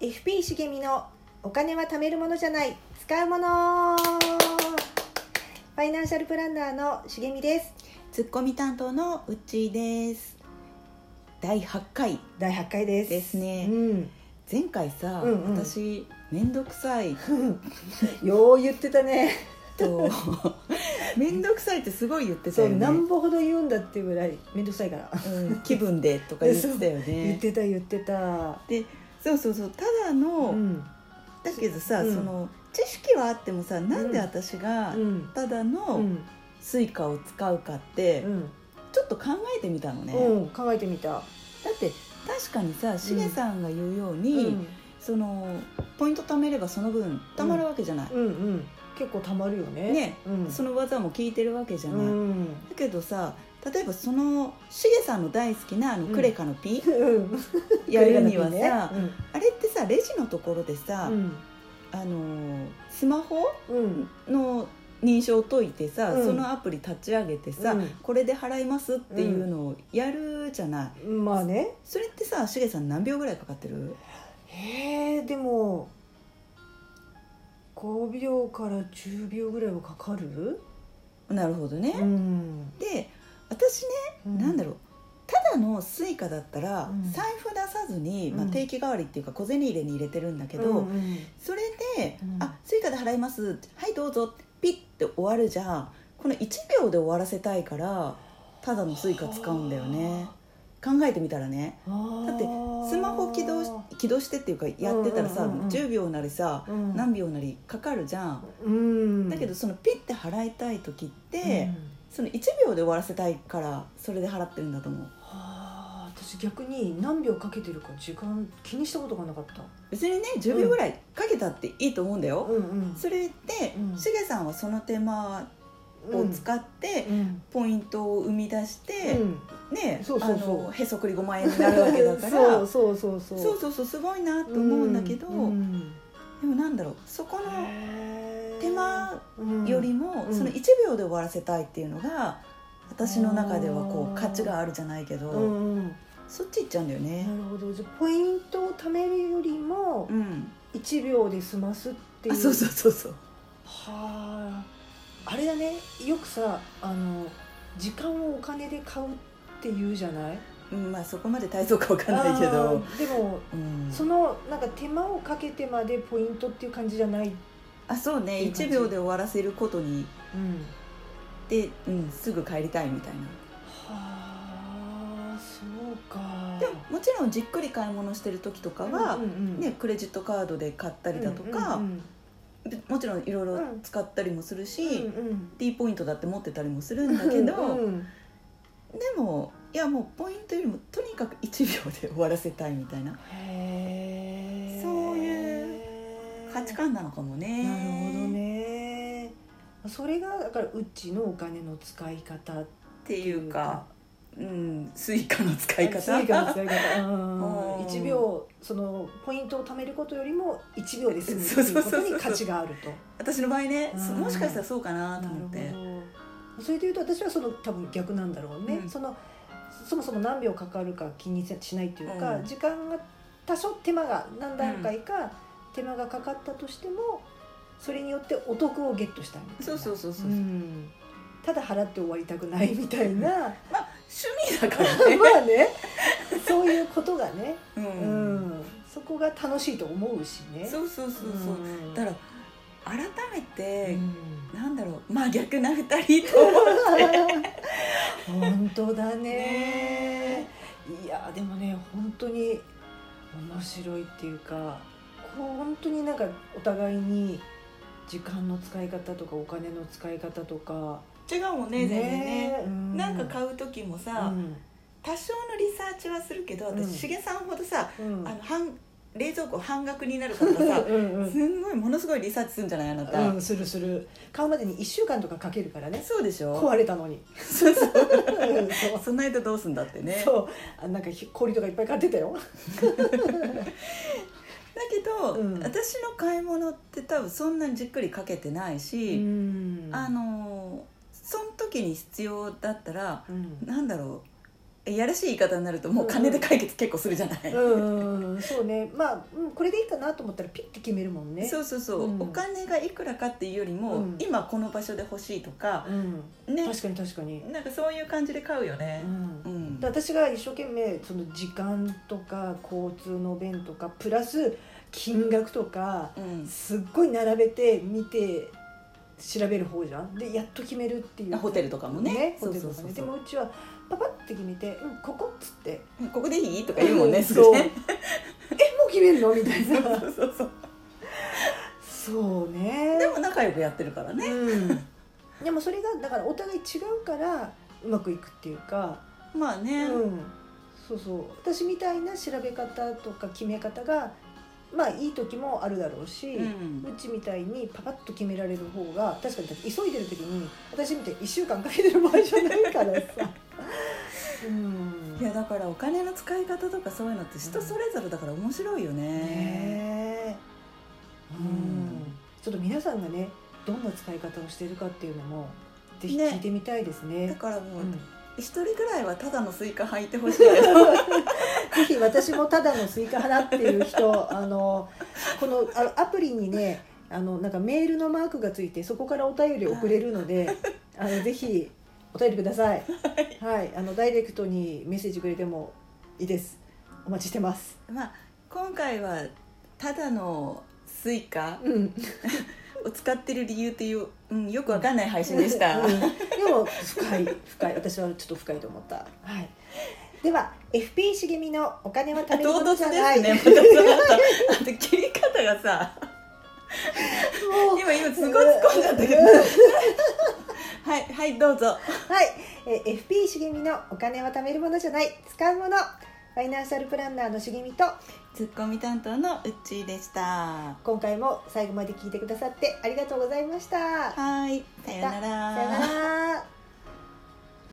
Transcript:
FP 茂みのお金は貯めるものじゃない使うものファイナンシャルプランナーの茂みですツッコミ担当のうっちーです第8回第8回ですですねうん前回さ、うんうん私面倒くさいよう言ってたね と面倒くさいってすごい言ってたそようねなんぼほど言うんだっていうぐらい面倒くさいからうん気分でとか言ってたよ言っねてた言ってたでそうそうそうただの、うんだけどさ、うんその知識はあってもさなんで私がうんただうのんスイカを使うかって、うんちょっと考えてみたのね、うん考えてみただって確かにさしげさんが言うように、うんそのポイント貯めればその分貯まるわけじゃない、うんうん結構たまるよねねうんその技も効いてるわけじゃうない、だんけどさ例えばそのしげさんの大好きなあのうんクレカのピ、うん やるにはさ、ねうんあれってさレジのところでさ、うんあのースマホうんの認証を解いてさ、うんそのアプリ立ち上げてさ、うんこれで払いますっていうのをやるじゃない、まあねそれってさしげさん何秒ぐらいかかってるへえでも5秒から10秒ぐらいはかかるなるほどね、うんで私ね、なんだろろうただのスイカだったら、うん財布出さずに、まあ、うん定期代わりっていうか小銭入れに入れてるんだけど、うんそれで「うんあスイカで払います」はいどうぞ」ピッて終わるじゃんこの1秒で終わらせたいからただのスイカ使うんだよね考えてみたらねうんだってスマホ起動し起動してっていうかやってたらさ、うんうんうんうん10秒なりさ、うん何秒なりかかるじゃん、うんだけどそのピッて払いたい時って、うんその1秒で終わらせたいからそれで払ってるんだと思うはあ私逆に何秒かけてるか時間気にしたことがなかった別にね10秒ぐらいかけたっていいと思うんだよ、うんうんそれでうんしげさんはその手間を使ってうんポイントを生み出して、ねそうそうそうあのへそくり5万円になるわけだからそうそうそうそうそうそうそうすごいなと思うんだけど、うんでもなんだろうそこのへえ手間うんよりも、うんその1秒で終わらせたいっていうのが私の中ではこあーう価値があるじゃないけど、うんうんそっち行っちゃうんだよねな。るほどじゃあポイントを貯めるよりもうん、 1秒で済ますっていうあそうそうそうそう。はああれだねよくさあの時間をお金で買うっていうじゃないうん、まあそこまで大層かわかんないけあど、ーでもうん、そのなんか手間をかけてまでポイントっていう感じじゃない、あそうねいい感1じ秒で終わらせることにうん、で、うん、すぐ帰りたいみたいなはあそうかでももちろんじっくり買い物してる時とかは、うんうんうんね、クレジットカードで買ったりだとか、うんうんでもちろんいろいろ使ったりもするし、うんうん、 D ポイントだって持ってたりもするんだけど、うんでもいやもうポイントよりもとにかく1秒で終わらせたいみたいなへえそういう価値観なのかもね。なるほどねそれがだからうちのお金の使い方っってていうか、うん、スイカの使い方スイカの使い方うんうん1秒そのポイントを貯めることよりも1秒で済むっ ていうことに価値があると私の場合ね、うんもしかしたらそうかなとな思ってるほどそれでいうと私はその多分逆なんだろうね、うんそのそもそも何秒かかるか気にせしないというか、うん時間が多少手間が何段階か手間がかかったとしてもそれによってお得をゲットしたいみたいなそうそうそうそう、うんただ払って終わりたくないみたい なままあ趣味だからね、あねそういうことがね、う うんんそこが楽しいと思うしねそうそうそうそう、うんだから改めてう、なんだろう真逆な二人と思ってん本当だねねいやでもね本当に面白いっていうかこう本当になんかお互いに時間の使い方とかお金の使い方とか違うもんね全然ね、えうんなんか買う時もさ、うん多少のリサーチはするけどうん私しげさんほどさ、うんあの半冷蔵庫半額になるからさうんうんすんごいものすごいリサーチするんじゃないあなた、うん、するする買うまでに1週間とかかけるからねそうでしょ壊れたのにそうそううんそうそんな間どうすんだって ねそうあなんかひ氷とかいっぱい買ってたよだけど、うん私の買い物って多分そんなにじっくりかけてないし、あのーその時に必要だったらうんなんだろういやらしい言い方になるともう金で解決結構するじゃない、うんうんそうねまあ、うん、これでいいかなと思ったらピッて決めるもんねそうそうそう、うんお金がいくらかっていうよりも、うん今この場所で欲しいとかうん、ね確かに確かに、なんかそういう感じで買うようねんう、んで私が一生懸命その時間とか交通の便とかプラス金額とかうんすっごい並べて見て調べる方じゃんでやっと決めるっていうあホテルとかもねホテルとそうかそうそうそねうでもうちはパパって決めて「うんここ」っつってここでいいとか言うもんね、うんすぐそうね「えもう決めるの?」みたいそうなそうそうそうそうねでも仲良くやってるからねうん、でもそれがだからお互い違うからうまくいくっていうか、まあうね、ん、そうそう私みたいな調べ方とか決め方がまあいい時もあるだろうし、ううんちみたいにパパッと決められる方が確かにだって急いでる時に私みたいに1週間かけてる場合じゃないからさ。うんいやだからお金の使い方とかそういうのって人それぞれだから面白いよね、ねえううんん、ちょっと皆さんがねどんな使い方をしてるかっていうのもぜひ聞いてみたいですねだからもううん一人ぐらいはただのスイカ履いてほしいけど ぜひ私もただのスイカ派だっていう人あのこのあアプリにねあのなんかメールのマークがついてそこからお便り送れるのであのぜひお便りください、はい、あのダイレクトにメッセージくれてもいいですお待ちしてます、まあ今回はただのスイカうん、を使ってる理由っていう、うん、よくわかんない配信でした、うんでも深い深い私はちょっと深いと思った、はい、では FP 茂みのお金は食べる唐もの突じゃないですねまたその後あと切り方が さもう今今すごい突っ込んじゃったけどはいはいどうぞはい、えー FP 茂みのお金は貯めるものじゃない使うものファイナンシャルプランナーの茂みとツッコミ担当のうっちーでした今回も最後まで聞いてくださってありがとうございました。はいさようなら